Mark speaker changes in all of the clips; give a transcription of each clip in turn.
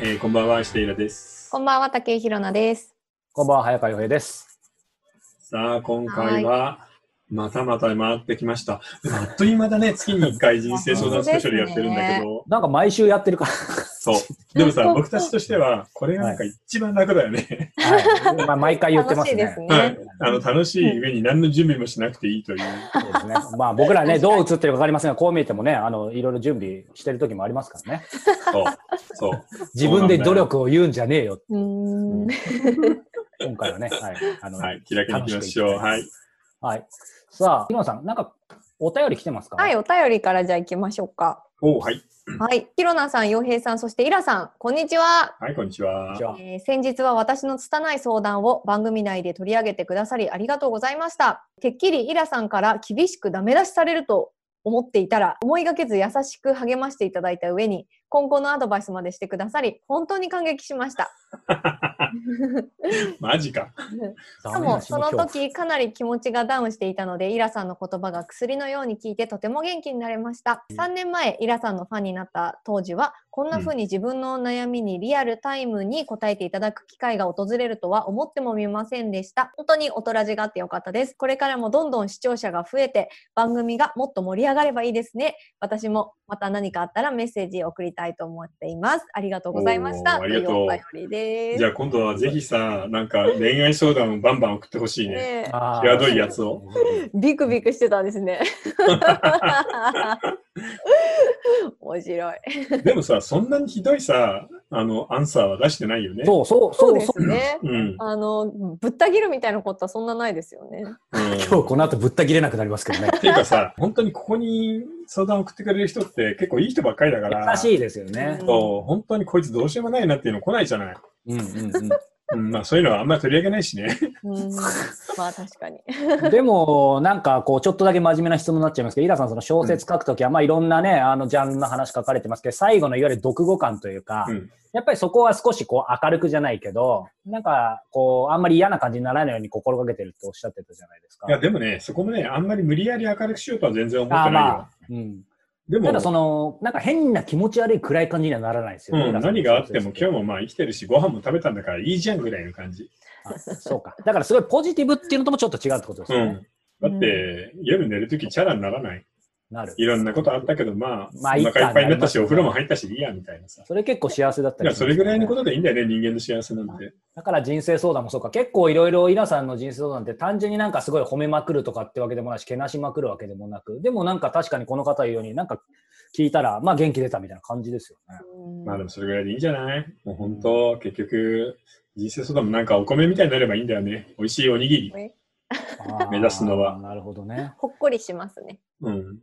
Speaker 1: えーこんばんは、下平です。
Speaker 2: こんばんは、竹井ひろなです。
Speaker 3: こんばんは、早川洋平です。
Speaker 1: さあ、今回は、またまた回ってきました。あっという間だね、月に1回人生相談スペシャルやってるんだけど、
Speaker 3: なんか毎週やってるか
Speaker 1: そう。でもさ、僕たちとしては、これがなんか一番楽だよね。
Speaker 3: ら、はいまあ、毎回言ってま
Speaker 2: 楽し
Speaker 3: す
Speaker 2: い
Speaker 3: ね。
Speaker 2: です
Speaker 1: は
Speaker 2: ね
Speaker 1: い。。 あの、楽しい上に何の準備もしなくていいという。
Speaker 3: そうですね。まあ僕らね、どう映ってるかわかりませんが、こう見えてもね、あの、いろいろ準備してる時もありますからね。
Speaker 1: そう。そう。
Speaker 3: 自分で努力を言うんじゃねえよ。
Speaker 2: うーん。
Speaker 3: 今回はね、はい。あの、
Speaker 1: は
Speaker 3: はい。
Speaker 1: い。気楽にいきましょう。は
Speaker 3: 楽
Speaker 1: い。
Speaker 3: さあ、ひろさん、なんか、お便り来てますか
Speaker 2: はい、お便りからじゃあ行きましょうか。
Speaker 1: おうはい。
Speaker 2: はい。ひろなさん、洋平さん、そしてイラさん、こんにちは。
Speaker 1: はい、こんにち
Speaker 3: こん
Speaker 1: は
Speaker 3: にち。は
Speaker 2: えー先日は私の拙い相談を番組内で取り上げてくださりありがとうございました。てっきりイラさんから厳しくダメ出しされると思っていたら思いがけず優しく励ましていただいた上に今後のアドバイスまでしてくださり本当に感激しました。
Speaker 1: マジか。
Speaker 2: し
Speaker 3: ダ
Speaker 2: か
Speaker 3: メ
Speaker 2: も
Speaker 3: 出し
Speaker 2: そ
Speaker 3: の
Speaker 2: の
Speaker 3: 恐怖
Speaker 2: 時かなり気持ちがダウンしていたのでイラさんの言葉が薬のように効いてとても元気になれました3年前イラさんのファンになった当時はこんな風に自分の悩みにリアルタイムに答えていただく機会が訪れるとは思ってもみませんでした本当に大人じがあってよかったですこれからもどんどん視聴者が増えて番組がもっと盛り上がればいいですね私もまた何かあったらメッセージ送りたいと思っていますありがとうございました
Speaker 1: おーありがとう
Speaker 2: いうお便りです
Speaker 1: じゃあ今度はぜひさ、なんか恋愛相談をバンバン送ってほしいね。
Speaker 2: ねえ
Speaker 3: あー
Speaker 1: 際どいやつを。
Speaker 2: ビクビクしてたんですね。面白い。
Speaker 1: でもさ、そんなにひどいさ、あの、アンサーは出してないよね。
Speaker 3: そうそう、
Speaker 2: そ
Speaker 3: そうう
Speaker 2: で
Speaker 3: そ
Speaker 2: すね。
Speaker 1: うん。うん。
Speaker 2: あのぶった切るみたいなことはそんなないですよね。
Speaker 3: う。今日この後ぶった切れなくなりますけどね。
Speaker 1: っていうかさ、本当にここに相談送ってくれる人って結構いい人ばっかりだから、
Speaker 3: 優しいですよね。
Speaker 1: そう本当にこいつどうしようもないなっていうの来ないじゃない。
Speaker 3: うんうんうん。
Speaker 1: うん、まあそういうのはあんまり取り上げないしね。
Speaker 2: うん、まあ確かに。
Speaker 3: でも、なんかこう、ちょっとだけ真面目な質問になっちゃいますけど、イラさん、その小説書くときは、まあいろんなね、あの、ジャンルの話書かれてますけど、最後のいわゆる読語感というか、
Speaker 1: うん。
Speaker 3: やっぱりそこは少しこう、明るくじゃないけど、なんか、こう、あんまり嫌な感じにならないように心がけてるっておっしゃってたじゃないですか
Speaker 1: い。や、でもね、そこもね、あんまり無理やり明るくしようとは全然思って
Speaker 3: あ
Speaker 1: な
Speaker 3: あ、
Speaker 1: いよ。
Speaker 3: まあ、うん。
Speaker 1: でも
Speaker 3: ただその、なんか変な気持ち悪い暗い感じにはならないですよね。
Speaker 1: う
Speaker 3: イ
Speaker 1: ん、
Speaker 3: ラさんの
Speaker 1: 何があっても
Speaker 3: 小説
Speaker 1: 今日もまあ生きてるし、ご飯も食べたんだからいいじゃんぐらいの感じ。
Speaker 3: あそうか。だからすごいポジティブっていうのともちょっと違うってことです
Speaker 1: う
Speaker 3: よね。
Speaker 1: ん。だって、夜寝るときチャラにならない。
Speaker 3: なる。
Speaker 1: いろんなことあったけど、まあ、
Speaker 3: まあいい
Speaker 1: お
Speaker 3: か
Speaker 1: 腹いっぱいになったし、お
Speaker 3: なりますね
Speaker 1: 風呂も入ったし、いいや、みたいなさ。
Speaker 3: それ結構幸せだった
Speaker 1: い
Speaker 3: り
Speaker 1: や、それぐらいのこととでいいんだよね、人間の幸せなんて。
Speaker 3: だから人生相談もそうか、結構いろいろイラさんの人生相談って単純になんかすごい褒めまくるとかってわけでもないし、けなしまくるわけでもなく、でもなんか確かにこの方言うように、なんか聞いたら、まあ元気出たみたいな感じですよね。
Speaker 2: うん
Speaker 1: まあでもそれぐらいでいいんじゃないもう本当、結局、人生相談もなんかお米みたいになればいいんだよね。美味しいおにぎり。
Speaker 3: あー
Speaker 1: 目指すのは
Speaker 3: なるほどね。
Speaker 2: ほっこりしますね。
Speaker 1: うん。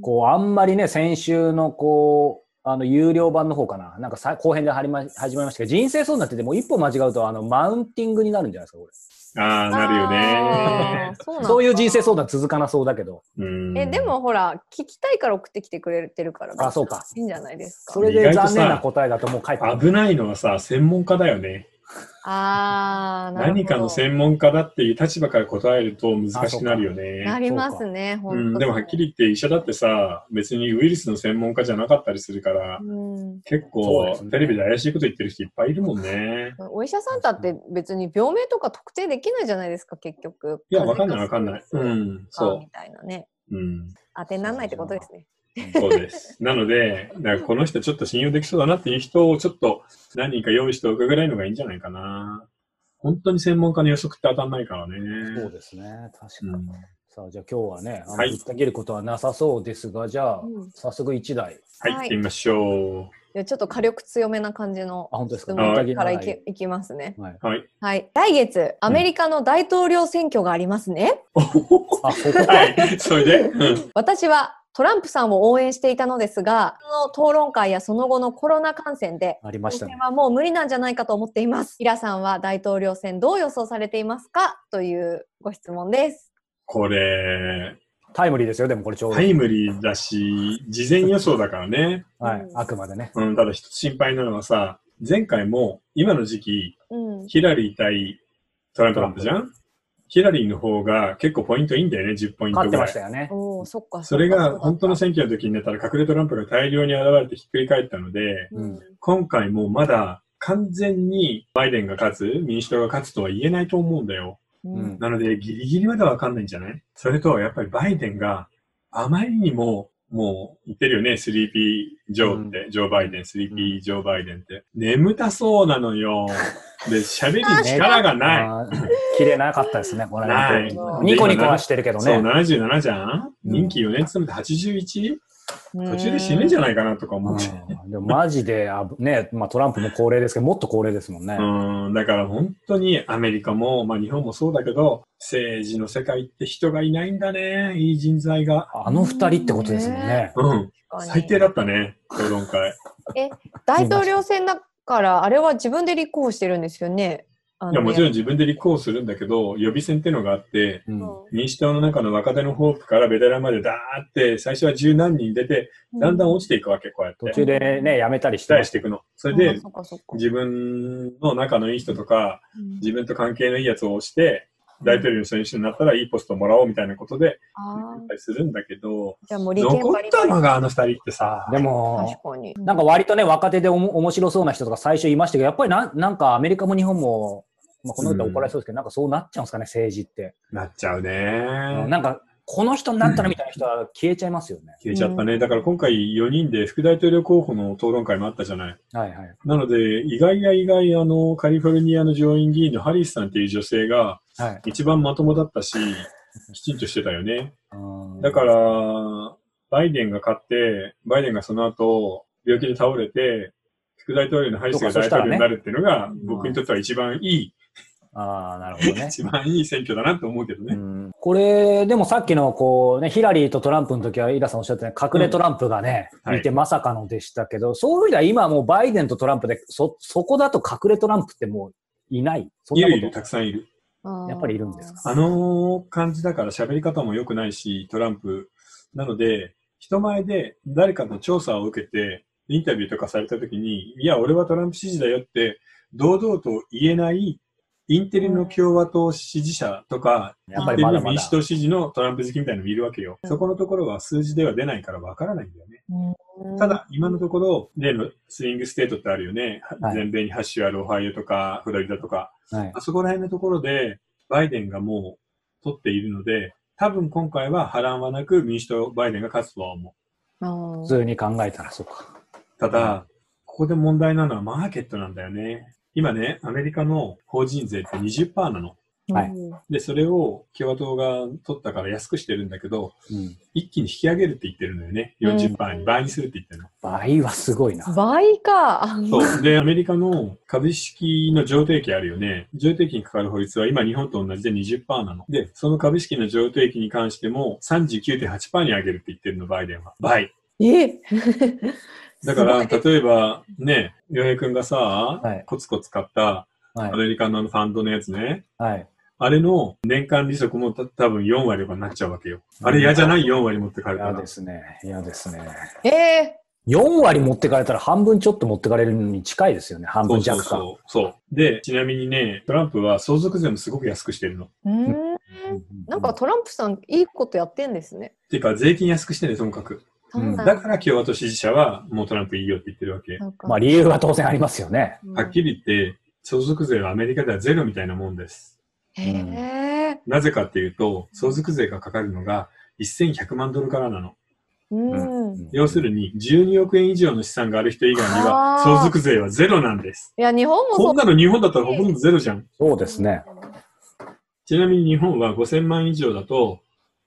Speaker 3: こう、あんまりね、先週のこう、あの、有料版の方かな、なんかさ後編で始ま始まりましたけど、人生相談ってでも一歩間違うと、あの、マウンティングになるんじゃないですか、こ
Speaker 1: ああ、なるよ
Speaker 2: あ
Speaker 1: ね
Speaker 2: ー。そうな
Speaker 3: れ。
Speaker 2: んだ
Speaker 3: そういう人生相談続かなそうだけど、
Speaker 1: うん。
Speaker 2: えで、もほら聞きたいから送ってきてくれてるから。
Speaker 3: あそうか。
Speaker 2: いいんじゃないですか
Speaker 3: そ。れで残念な答えだともう書いてある。
Speaker 1: 危ないのはさ、専門家だよね。
Speaker 2: ああなるほど。
Speaker 1: 何かの専門家だっていう立場から答えると難しくなるよ
Speaker 2: な
Speaker 1: ね。
Speaker 2: りますね。
Speaker 1: う
Speaker 2: 本
Speaker 1: ん、
Speaker 2: 当。
Speaker 1: でもはっき。り言って医者だってさ、別にウイルスの専門家じゃなかったりするから、
Speaker 2: うん。
Speaker 1: 結
Speaker 3: そうで
Speaker 1: 構
Speaker 3: すね
Speaker 1: テレビで怪しいこと言ってる人いっぱいいるもんね。
Speaker 2: お医者さんだって別に病名とか特定できないじゃないですか、結局。
Speaker 1: いや、わかんないわかんない。う
Speaker 2: 風邪か
Speaker 1: ん、そ
Speaker 2: みたいなね。
Speaker 1: う。うん。
Speaker 2: 当てにならないってことですね。
Speaker 1: そうです。 なので、なんかこの人ちょっと信用できそうだなっていう人をちょっと何人か用意しておくぐらいのがいいんじゃないかな。本当に専門家の予測って当たんないからね。
Speaker 3: そうですね、確か
Speaker 1: う
Speaker 3: に。
Speaker 1: ん
Speaker 3: さあ、じゃあ今日はね、あの
Speaker 1: はい
Speaker 3: ぶった切ることはなさそうですが、じゃあ、
Speaker 2: うん
Speaker 3: 早速1台。
Speaker 1: はい、行ってみましょ
Speaker 2: いやちょっと火力強めな感じの
Speaker 3: あ、本当です
Speaker 2: 質
Speaker 3: か。
Speaker 1: は
Speaker 2: 問
Speaker 3: ぶった切
Speaker 2: から
Speaker 3: ら
Speaker 2: い
Speaker 3: ない
Speaker 2: きいきますね。
Speaker 3: はい、
Speaker 1: う。はい。
Speaker 2: はい。来月、アメリカの大統領選挙がありますね。
Speaker 3: あ、そこか。
Speaker 1: はい。 それで、うん。
Speaker 2: 私はトランプさんを応援していたのですが、その討論会やその後のコロナ感染で、
Speaker 3: ありました
Speaker 2: 当
Speaker 3: ね
Speaker 2: 選。はもう無理なんじゃないかと思っています。イラさんは大統領選どう予想されていますかというご質問です。
Speaker 1: これ、
Speaker 3: タイムリーですよ、でもこれちょうど。
Speaker 1: タ
Speaker 3: は
Speaker 1: イ
Speaker 3: い。
Speaker 1: ムリーだし、事前予想だからね。
Speaker 3: あくまでね。
Speaker 1: うん、ただ一つ心配なのはさ、前回も今の時期、
Speaker 2: うん。
Speaker 1: ヒラリー対トランプだったじゃんヒラリーの方が結構ポイントいいんだよね、10ポイント
Speaker 3: 勝
Speaker 1: ぐ
Speaker 3: って
Speaker 1: ら
Speaker 3: ま
Speaker 1: い
Speaker 3: し。たよね。
Speaker 2: おお、そっか。
Speaker 1: それ
Speaker 2: っか
Speaker 1: が本当の
Speaker 2: そ
Speaker 1: 選挙の時になったら隠れトランプが大量に現れてひっくり返ったので、
Speaker 2: うだった
Speaker 3: うん
Speaker 1: 今回もまだ完全にバイデンが勝つ、民主党が勝つとは言えないと思うんだよ。
Speaker 3: うん
Speaker 1: なので、ギリギリまでわかんないんじゃないそれと、やっぱりバイデンがあまりにも、もう言ってるよね、3P ジョーって、ジョーバイデン、3P ジョーバイデンって。眠たそうなのよ。で、喋る力がない。
Speaker 3: あー 綺麗なかったですね、この間
Speaker 1: ない。
Speaker 3: ニコニコはしてるけど
Speaker 1: そう、
Speaker 3: ね。
Speaker 1: 77じゃん
Speaker 3: うん
Speaker 1: 任期4年勤めて 81? 途中で死ぬんじゃないかなとか思って。
Speaker 3: うんでもマジで、あぶね、まあトランプも高齢ですけど、もっと高齢ですもんね。
Speaker 1: うん、だから本当にアメリカも、まあ日本もそうだけど、政治の世界って人がいないんだね、いい人材が。
Speaker 3: あの二人ってことですもんね。
Speaker 1: うん、
Speaker 2: 確かに
Speaker 1: 最低だったね、討 論会。
Speaker 2: 大統領選だから、あれは自分で立候補してるんですよね。あの
Speaker 1: いや、もちろん自分で立候補するんだけど、予備選ってのがあって、
Speaker 3: うん
Speaker 1: 民主党の中の若手のホープからベテランまでダーって、最初は十何人出て、だんだん落ちていくわけ、こうやっ
Speaker 3: 途
Speaker 1: て。
Speaker 3: 中でね、やめたりして
Speaker 1: 期
Speaker 3: ま
Speaker 1: 待
Speaker 3: し
Speaker 1: したていくの。それ
Speaker 2: あ
Speaker 1: で、
Speaker 2: そっかそっか
Speaker 1: 自分の仲のいい人とか、
Speaker 2: うん
Speaker 1: 自分と関係のいいやつを押して、大統領の選手になったらいいポストもらおうみたいなことで、
Speaker 2: あー
Speaker 1: するんだけど、
Speaker 2: じゃあもう利権
Speaker 1: 残っ
Speaker 2: バリバ
Speaker 1: た
Speaker 2: リ
Speaker 1: のがあの二人ってさ、
Speaker 3: で
Speaker 2: 確
Speaker 3: も、
Speaker 2: かに。
Speaker 3: なんか割とね、若手でおも面白そうな人とか最初いましたけど、やっぱりなんなんかアメリカも日本も、まあ、この歌怒られそうですけど、なんかそうなっちゃうんですかね、政治って。
Speaker 1: なっちゃうね。
Speaker 3: なんか、この人になったらみたいな人は消えちゃいますよね。
Speaker 1: 消えちゃったね。だから今回4人で副大統領候補の討論会もあったじゃない。
Speaker 3: はいはい。
Speaker 1: なので、意外や意外、あの、カリフォルニアの上院議員のハリスさんっていう女性が
Speaker 3: はい、
Speaker 1: 一番まともだったし、きちんとしてたよね。
Speaker 3: うん
Speaker 1: だから、、バイデンが勝って、バイデンがその後、病気で倒れて、副大統領のハリスが大統領になるっていうのが、
Speaker 2: そうかそしたらね
Speaker 1: 僕にとっては一番いい、
Speaker 3: ああ、なるほ どね。
Speaker 1: 一番いい選挙だなと思うけどね。
Speaker 3: これ、でもさっきのこう、ね、ヒラリーとトランプの時は、イラさんおっしゃってね、隠れトランプがね、
Speaker 1: うんはい
Speaker 3: いてまさかのでしたけど、そういう意味では今もうバイデンとトランプで、そ、そこだと隠れトランプってもういない。そん
Speaker 1: い
Speaker 3: なこ
Speaker 1: る
Speaker 3: と
Speaker 1: いる、たくさんいる。
Speaker 3: やっぱりいるんです
Speaker 1: あの感じだから喋り方も良くないし、トランプ。なので、人前で誰かの調査を受けて、インタビューとかされた時に、いや、俺はトランプ支持だよって、堂々と言えない、インテリの共和党支持者とか、
Speaker 3: やっ
Speaker 1: イ
Speaker 3: ぱ
Speaker 1: ンテ
Speaker 3: りま
Speaker 1: リ
Speaker 3: だ
Speaker 1: の
Speaker 3: ま
Speaker 1: 民
Speaker 3: だ
Speaker 1: 主。党支持のトランプ好きみたいなのもいるわけよ。そこのところは数字では出ないからわからないんだよね。
Speaker 2: うん
Speaker 1: ただ、今のところ、例のスイングステートってあるよね。
Speaker 3: はい
Speaker 1: 全米に8州あるオハイオとか、フロリダとか。
Speaker 3: はい
Speaker 1: あそこら辺のところで、バイデンがもう取っているので、多分今回は波乱はなく民主党バイデンが勝つとは思
Speaker 2: あ
Speaker 3: 普
Speaker 2: ー
Speaker 3: 通に考えたらそうか。
Speaker 1: う。ただ、ここで問題なのはマーケットなんだよね。今ね、アメリカの法人税って20%なの。
Speaker 3: はい
Speaker 1: で、それを共和党が取ったから安くしてるんだけど、
Speaker 3: うん。
Speaker 1: 一気に引き上げるって言ってるのよね。40%に倍にするって言ってるの。
Speaker 3: 倍はすごいな。
Speaker 2: 倍か。
Speaker 1: そう。で、アメリカの株式の上定期あるよね。上定期にかかる法律は今日本と同じで20%なの。で、その株式の上定期に関しても39.8%に上げるって言ってるの、バイデンは。倍。
Speaker 2: え
Speaker 1: だから、
Speaker 2: すごい
Speaker 1: 例えば、ね、洋平くんがさ、
Speaker 3: い
Speaker 1: コツコツ買った
Speaker 3: はい
Speaker 1: ア。メリカのあのファンドのやつね。
Speaker 3: はい。
Speaker 1: あれの年間利息もた多分4割とかになっちゃうわけよ。あれ嫌じゃない ?4 割持ってかれた
Speaker 3: 嫌
Speaker 1: ら
Speaker 3: で。すね。嫌ですね。
Speaker 2: え
Speaker 3: 4割持ってかれたら半分ちょっと持ってかれるに近いですよね。半
Speaker 1: そ
Speaker 3: 分
Speaker 1: うそう
Speaker 3: 弱か。
Speaker 1: そう。そう。で、ちなみにね、トランプは相続税もすごく安くしてるの。
Speaker 2: ーうん
Speaker 3: うん
Speaker 2: なんか、トランプさんいいことやってんですね。
Speaker 1: ていうか、税金安くしてね、ともかく。
Speaker 3: うん
Speaker 1: だから共和党支持者はもうトランプいいよって言ってるわけ。
Speaker 3: まあ理由は当然ありますよね。
Speaker 1: はっきり言って、相続税はアメリカではゼロみたいなもんです。
Speaker 2: りへえ。
Speaker 1: なぜかっていうと、相続税がかかるのが1100万ドルからなの。
Speaker 2: うん。い
Speaker 1: 要するに、12億円以上の資産がある人以外には、
Speaker 2: あー
Speaker 1: 相続税はゼロなんです。
Speaker 2: や、日本もそ
Speaker 1: こ
Speaker 2: うん
Speaker 1: なの日本だったらほとんどゼロじゃん。
Speaker 3: そうですね。。
Speaker 1: ちなみに日本は5000万以上だと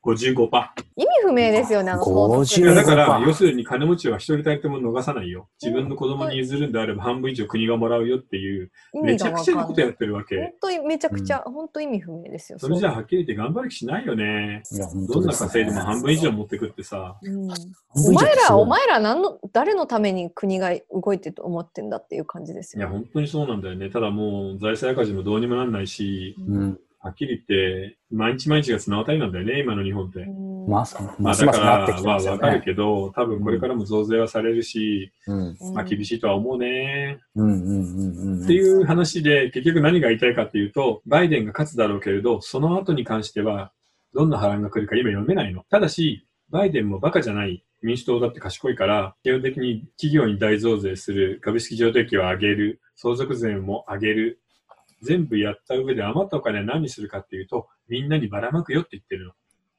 Speaker 1: 55%。
Speaker 2: 意味不明ですよね、あの法
Speaker 1: い
Speaker 2: 則
Speaker 1: や
Speaker 3: 55
Speaker 1: だか
Speaker 3: そう
Speaker 1: ら
Speaker 3: か、
Speaker 1: 要するに金持ちは一人たりとも逃さないよ。自分の子供に譲るんであれば半分以上国がもらうよっていう、
Speaker 2: 意
Speaker 1: め
Speaker 2: 味
Speaker 1: ち
Speaker 2: が
Speaker 1: ゃく
Speaker 2: わ
Speaker 1: ち
Speaker 2: か
Speaker 1: ゃ
Speaker 2: んな
Speaker 1: ないことやってるわけ。
Speaker 2: 本当にめちゃくちゃ、本当意味不明ですよ。
Speaker 1: それじゃ
Speaker 2: あ、
Speaker 1: あはっきり言って頑張る気しないよね。
Speaker 3: いや本
Speaker 1: ど
Speaker 3: 当
Speaker 1: ん
Speaker 3: で
Speaker 1: な
Speaker 3: すね
Speaker 1: 稼いでも半分以上持ってくってさ。
Speaker 2: うん
Speaker 3: 半
Speaker 2: お
Speaker 3: 分以上
Speaker 2: 前
Speaker 3: って
Speaker 2: ら、
Speaker 3: すごい
Speaker 2: お前ら何の、誰のために国が動いてると思ってんだっていう感じです
Speaker 1: いや、
Speaker 2: よ。
Speaker 1: 本当にそうなんだよね。ただもう財政赤字もどうにもなんないし、
Speaker 3: うん。
Speaker 1: はっきり言って、毎日毎日が綱渡りなんだよね、今の日本って。
Speaker 2: うん
Speaker 3: まあ、ますますなって
Speaker 1: だから、
Speaker 3: きて
Speaker 1: ま
Speaker 3: ま
Speaker 1: あ
Speaker 3: すよ
Speaker 1: わかる
Speaker 3: ね。
Speaker 1: けど、多分これからも増税はされるし、
Speaker 3: うん
Speaker 2: うん
Speaker 1: まあ厳しいとは思うね。
Speaker 3: うんうんうんうん。
Speaker 1: っていう話で、結局何が言いたいかっていうと、バイデンが勝つだろうけれど、その後に関しては、どんな波乱が来るか今読めないの。ただし、バイデンもバカじゃない。民主党だって賢いから、基本的に企業に大増税する、株式上定期を上げる、相続税も上げる、全部やった上で余ったお金は何するかっていうと、みんなにばらまくよって言ってるの。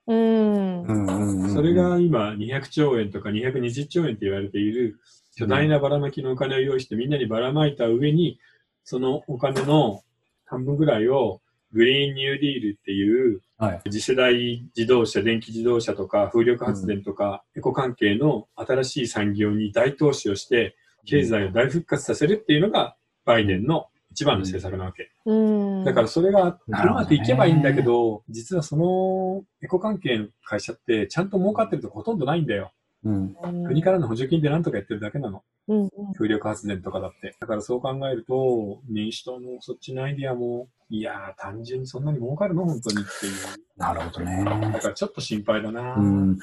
Speaker 2: うーん。
Speaker 1: そ
Speaker 3: そ
Speaker 1: れが今200兆円とか220兆円って言われている巨大なばらまきのお金を用意してみんなにばらまいた上にそのお金の半分ぐらいをグリーンニューディールっていう
Speaker 3: はい
Speaker 1: 次世代自動車、電気自動車とか風力発電とかエコ関係の新しい産業に大投資をして経済を大復活させるっていうのがバイデンの一番の政策なわけ。
Speaker 2: うーん。
Speaker 1: だからそれがう
Speaker 3: なるほどね
Speaker 1: まくいけばいいんだけど、実はそのエコ関係の会社ってちゃんと儲かってるとこほとんどないんだよ。
Speaker 3: うん。
Speaker 1: 国からの補助金でなんとかやってるだけなの。
Speaker 2: うんうん
Speaker 1: 風力発電とかだって。だからそう考えると、民主党のそっちのアイディアも、いやー、単純にそんなに儲かるの本当にっていう。
Speaker 3: なるほど
Speaker 1: だ
Speaker 3: ね。
Speaker 1: からちょっと心配だな。
Speaker 3: うん。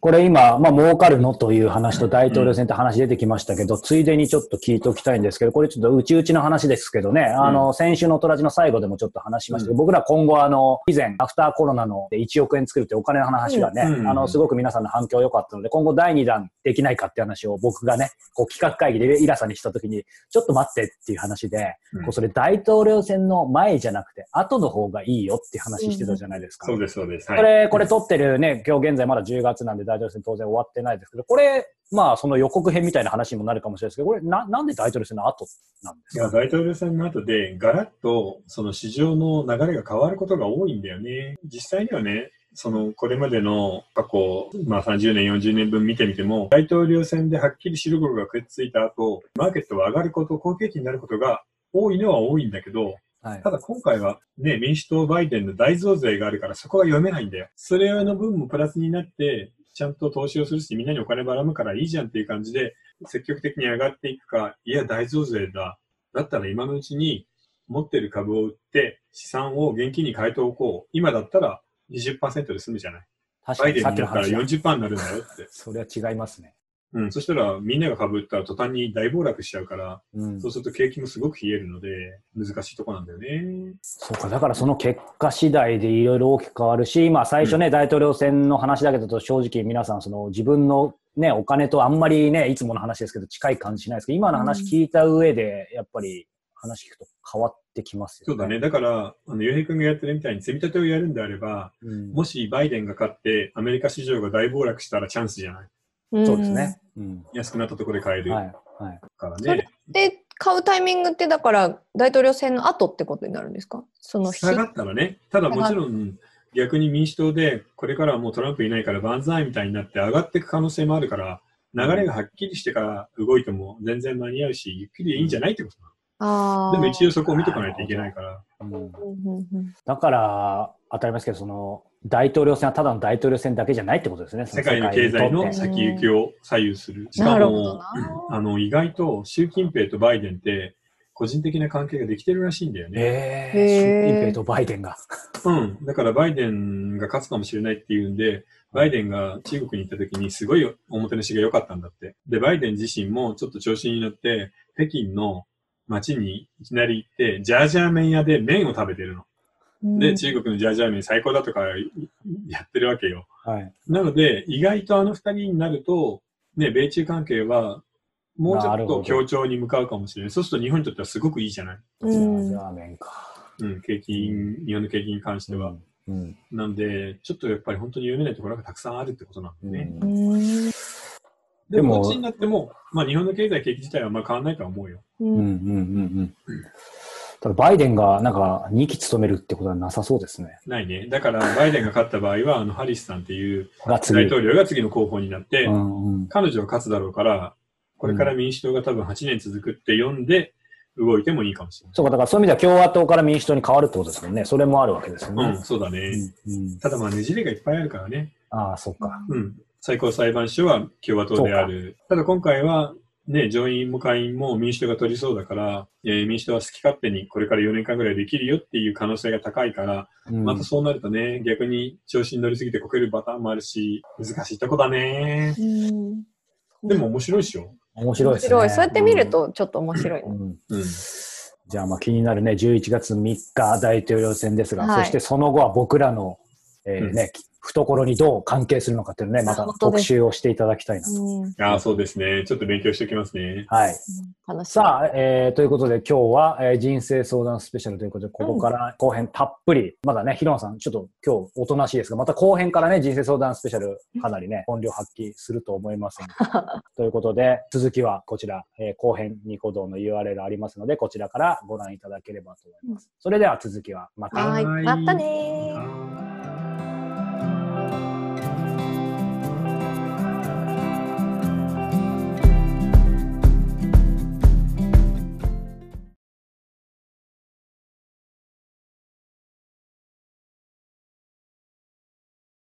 Speaker 3: これ今、まあ、儲かるのという話と大統領選って話出てきましたけど、ついでにちょっと聞いておきたいんですけど、これちょっとうちうちの話ですけどね、あの、先週のトラジの最後でもちょっと話しましたけど、
Speaker 1: うん
Speaker 3: 僕ら今後あの、以前、アフターコロナの1億円作るってお金の話がね、
Speaker 1: うん
Speaker 3: あの、すごく皆さんの反響良かったので、今後第2弾できないかって話を僕がね、こう企画会議でイラさんにした時に、ちょっと待ってっていう話で、
Speaker 1: うん
Speaker 3: こうそれ大統領選の前じゃなくて、後の方がいいよっていう話してたじゃないですか。
Speaker 1: そうです、そうです。は
Speaker 3: こ
Speaker 1: い。
Speaker 3: れ、これ撮ってるね、今日現在まだ10月なんで大統領選当然終わってないですけど、これ、まあその予告編みたいな話にもなるかもしれないですけど、これな、なんで大統領選の後なんです
Speaker 1: い
Speaker 3: か
Speaker 1: や大統領選の後で、ガラッとその市場の流れが変わることが多いんだよね。実際にはね、そのこれまでの過去、まあ、30年、40年分見てみても、大統領選ではっきり白黒がくっついた後、マーケットは上がること、好景気になることが多いのは多いんだけど、
Speaker 3: はい
Speaker 1: ただ今回はね、民主党バイデンの大増税があるからそこは読めないんだよ。それの分もプラスになって、ちゃんと投資をするし、みんなにお金ばらむからいいじゃんっていう感じで、積極的に上がっていくか、いや、大増税だ。だったら今のうちに持ってる株を売って、資産を現金に変えておこう。今だったら20%で済むじゃない。
Speaker 3: 確
Speaker 1: バ
Speaker 3: か
Speaker 1: イデ
Speaker 3: に
Speaker 1: ン
Speaker 3: さっ
Speaker 1: に
Speaker 3: き
Speaker 1: な
Speaker 3: の
Speaker 1: ったら
Speaker 3: 話だ。
Speaker 1: 40%になるんだよって。
Speaker 3: それは違いますね。
Speaker 1: うん、そしたらみんなが株売ったら途端に大暴落しちゃうから、
Speaker 3: うん
Speaker 1: そうすると景気もすごく冷えるので、難しいとこなんだよね。
Speaker 3: そうか、だからその結果次第でいろいろ大きく変わるし、まあ最初ね、大統領選の話だけだと正直皆さん、その自分のね、お金とあんまりね、いつもの話ですけど近い感じしないですけど、今の話聞いた上で、やっぱり話聞くと変わってきますよね。
Speaker 1: そうだね。だから、あの、洋平君がやってるみたいに積み立てをやるんであれば、
Speaker 3: うん。
Speaker 1: もしバイデンが勝って、アメリカ市場が大暴落したらチャンスじゃない。
Speaker 2: うん
Speaker 3: そうですね。うん。
Speaker 1: 安くなったところで買える
Speaker 3: は
Speaker 1: か
Speaker 3: い。はい。
Speaker 1: ら
Speaker 2: そ
Speaker 1: ね
Speaker 2: れ。で、買うタイミングって、だから、大統領選の後ってことになるんですかその日。
Speaker 1: 下がったらね。ただもちろん、逆に民主党で、これからはもうトランプいないから万歳みたいになって上がっていく可能性もあるから、流れがはっきりしてから動いても全然間に合うし、ゆっくりでいいんじゃないってこと
Speaker 2: あ
Speaker 1: な
Speaker 2: あ。
Speaker 1: のでも一応そこを見とかないといけないから。
Speaker 3: うん
Speaker 2: うんうんうん
Speaker 3: だから、当たり前ですけど、その、大統領選はただの大統領選だけじゃないってことですね。そ
Speaker 1: 世界の経済の
Speaker 3: 世界にとって
Speaker 1: 先行きを左右する。し
Speaker 2: な
Speaker 1: か
Speaker 2: るほど
Speaker 1: も、
Speaker 2: な。
Speaker 1: あの、意外と習近平とバイデンって、個人的な関係ができてるらしいんだよね。
Speaker 2: へ
Speaker 3: えー、
Speaker 2: ー
Speaker 3: 習近平とバイデンが。
Speaker 1: うん。だからバイデンが勝つかもしれないっていうんで、バイデンが中国に行った時にすごいおもてなしが良かったんだって。で、バイデン自身もちょっと調子に乗って、北京の街にいきなり行って、ジャージャー麺屋で麺を食べてるの。で、中国のジャージャー麺最高だとかやってるわけよ。
Speaker 3: はい。
Speaker 1: なので、意外とあの二人になると、ね、米中関係は、もうちょ
Speaker 3: な
Speaker 1: っ
Speaker 3: るほ
Speaker 1: と
Speaker 3: ど
Speaker 1: 協調に向かうかもしれない。そうすると日本にとってはすごくいいじゃない。
Speaker 3: ジャージャー麺か。
Speaker 1: うん、景気、日本の景気に関しては。
Speaker 3: うん。
Speaker 1: なんで、ちょっとやっぱり本当に読めないところがたくさんあるってことなんだ
Speaker 3: うん。
Speaker 1: よね。
Speaker 2: うん。うん
Speaker 1: でも、
Speaker 3: でも
Speaker 1: こっちになっても、まあ日本の経済、景気自体はあんま変わらないとは思うよ。
Speaker 3: うん。うん。うん。うん。ただ、バイデンが、なんか、2期務めるってことはなさそうですね。
Speaker 1: ないね。だから、バイデンが勝った場合は、あの、ハリスさんっていう
Speaker 3: が
Speaker 1: 大
Speaker 3: 次。
Speaker 1: 統領が次の候補になって、
Speaker 3: うんうん。
Speaker 1: 彼女が勝つだろうから、これから民主党が多分8年続くって読んで、動いてもいいかもしれない。
Speaker 3: そうか、だからそういう意味では共和党から民主党に変わるってことですもんね。それもあるわけですよ
Speaker 1: うん、
Speaker 3: ね。
Speaker 1: そうだね。
Speaker 3: うん。うん。
Speaker 1: ただまあねじれがいっぱいあるからね。
Speaker 3: ああ、そっか。
Speaker 1: うん。最高裁判所は共和党である。ただ今回は、ね、上院も下院も民主党が取りそうだから、えー民主党は好き勝手にこれから4年間ぐらいできるよっていう可能性が高いから、
Speaker 3: うん
Speaker 1: またそうなるとね、逆に調子に乗りすぎてこけるパターンもあるし、難しいとこだね。
Speaker 2: うん
Speaker 1: でも面白いっしょ。
Speaker 3: 面白い
Speaker 2: 面
Speaker 3: ですね。
Speaker 2: 白い。そうやって見ると、ちょっと面白いな
Speaker 3: う。ん。うん
Speaker 1: うん。
Speaker 3: じゃあ、まあ気になるね、11月3日大統領選ですが、
Speaker 2: はい
Speaker 3: そしてその後は僕らの、えーね、き懐にどう関係するのかっていうのね、また特集をしていただきたいなと。
Speaker 2: うん
Speaker 1: ああ、そうですね。ちょっと勉強しておきますね。
Speaker 3: はい。
Speaker 2: 楽しい。
Speaker 3: さあ、えーということで今日は、えー人生相談スペシャルということで、ここから後編たっぷり、まだね、ヒロンさん、ちょっと今日おとなしいですが、また後編からね、人生相談スペシャル、かなりね、本領発揮すると思いますので。ということで、続きはこちら、えー後編ニコ動の URL ありますので、こちらからご覧いただければと思います。それでは続きはまた。
Speaker 2: はい。またねー。
Speaker 1: はーい